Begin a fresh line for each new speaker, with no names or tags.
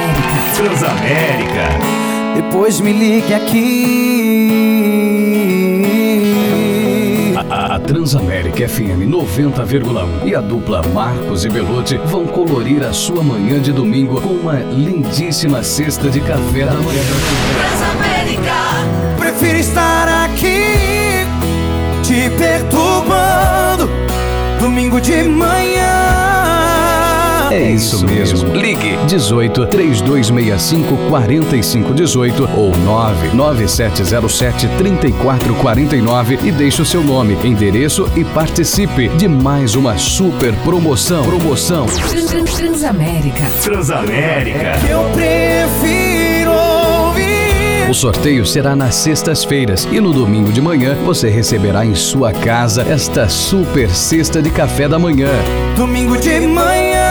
Masters América.
Depois me ligue aqui.
A, a Transamérica FM 90,1 e a dupla Marcos e Belotti vão colorir a sua manhã de domingo com uma lindíssima cesta de café da manhã.
Transamérica,
Prefiro estar aqui te perturbando. Domingo de manhã.
É isso mesmo. Ligue 18 3265 4518 ou 99707 3449 e deixe o seu nome, endereço e participe de mais uma super promoção. Promoção
Trans- Trans- Transamérica.
Transamérica.
Eu prefiro ouvir.
O sorteio será nas sextas-feiras e no domingo de manhã você receberá em sua casa esta super cesta de café da manhã.
Domingo de manhã.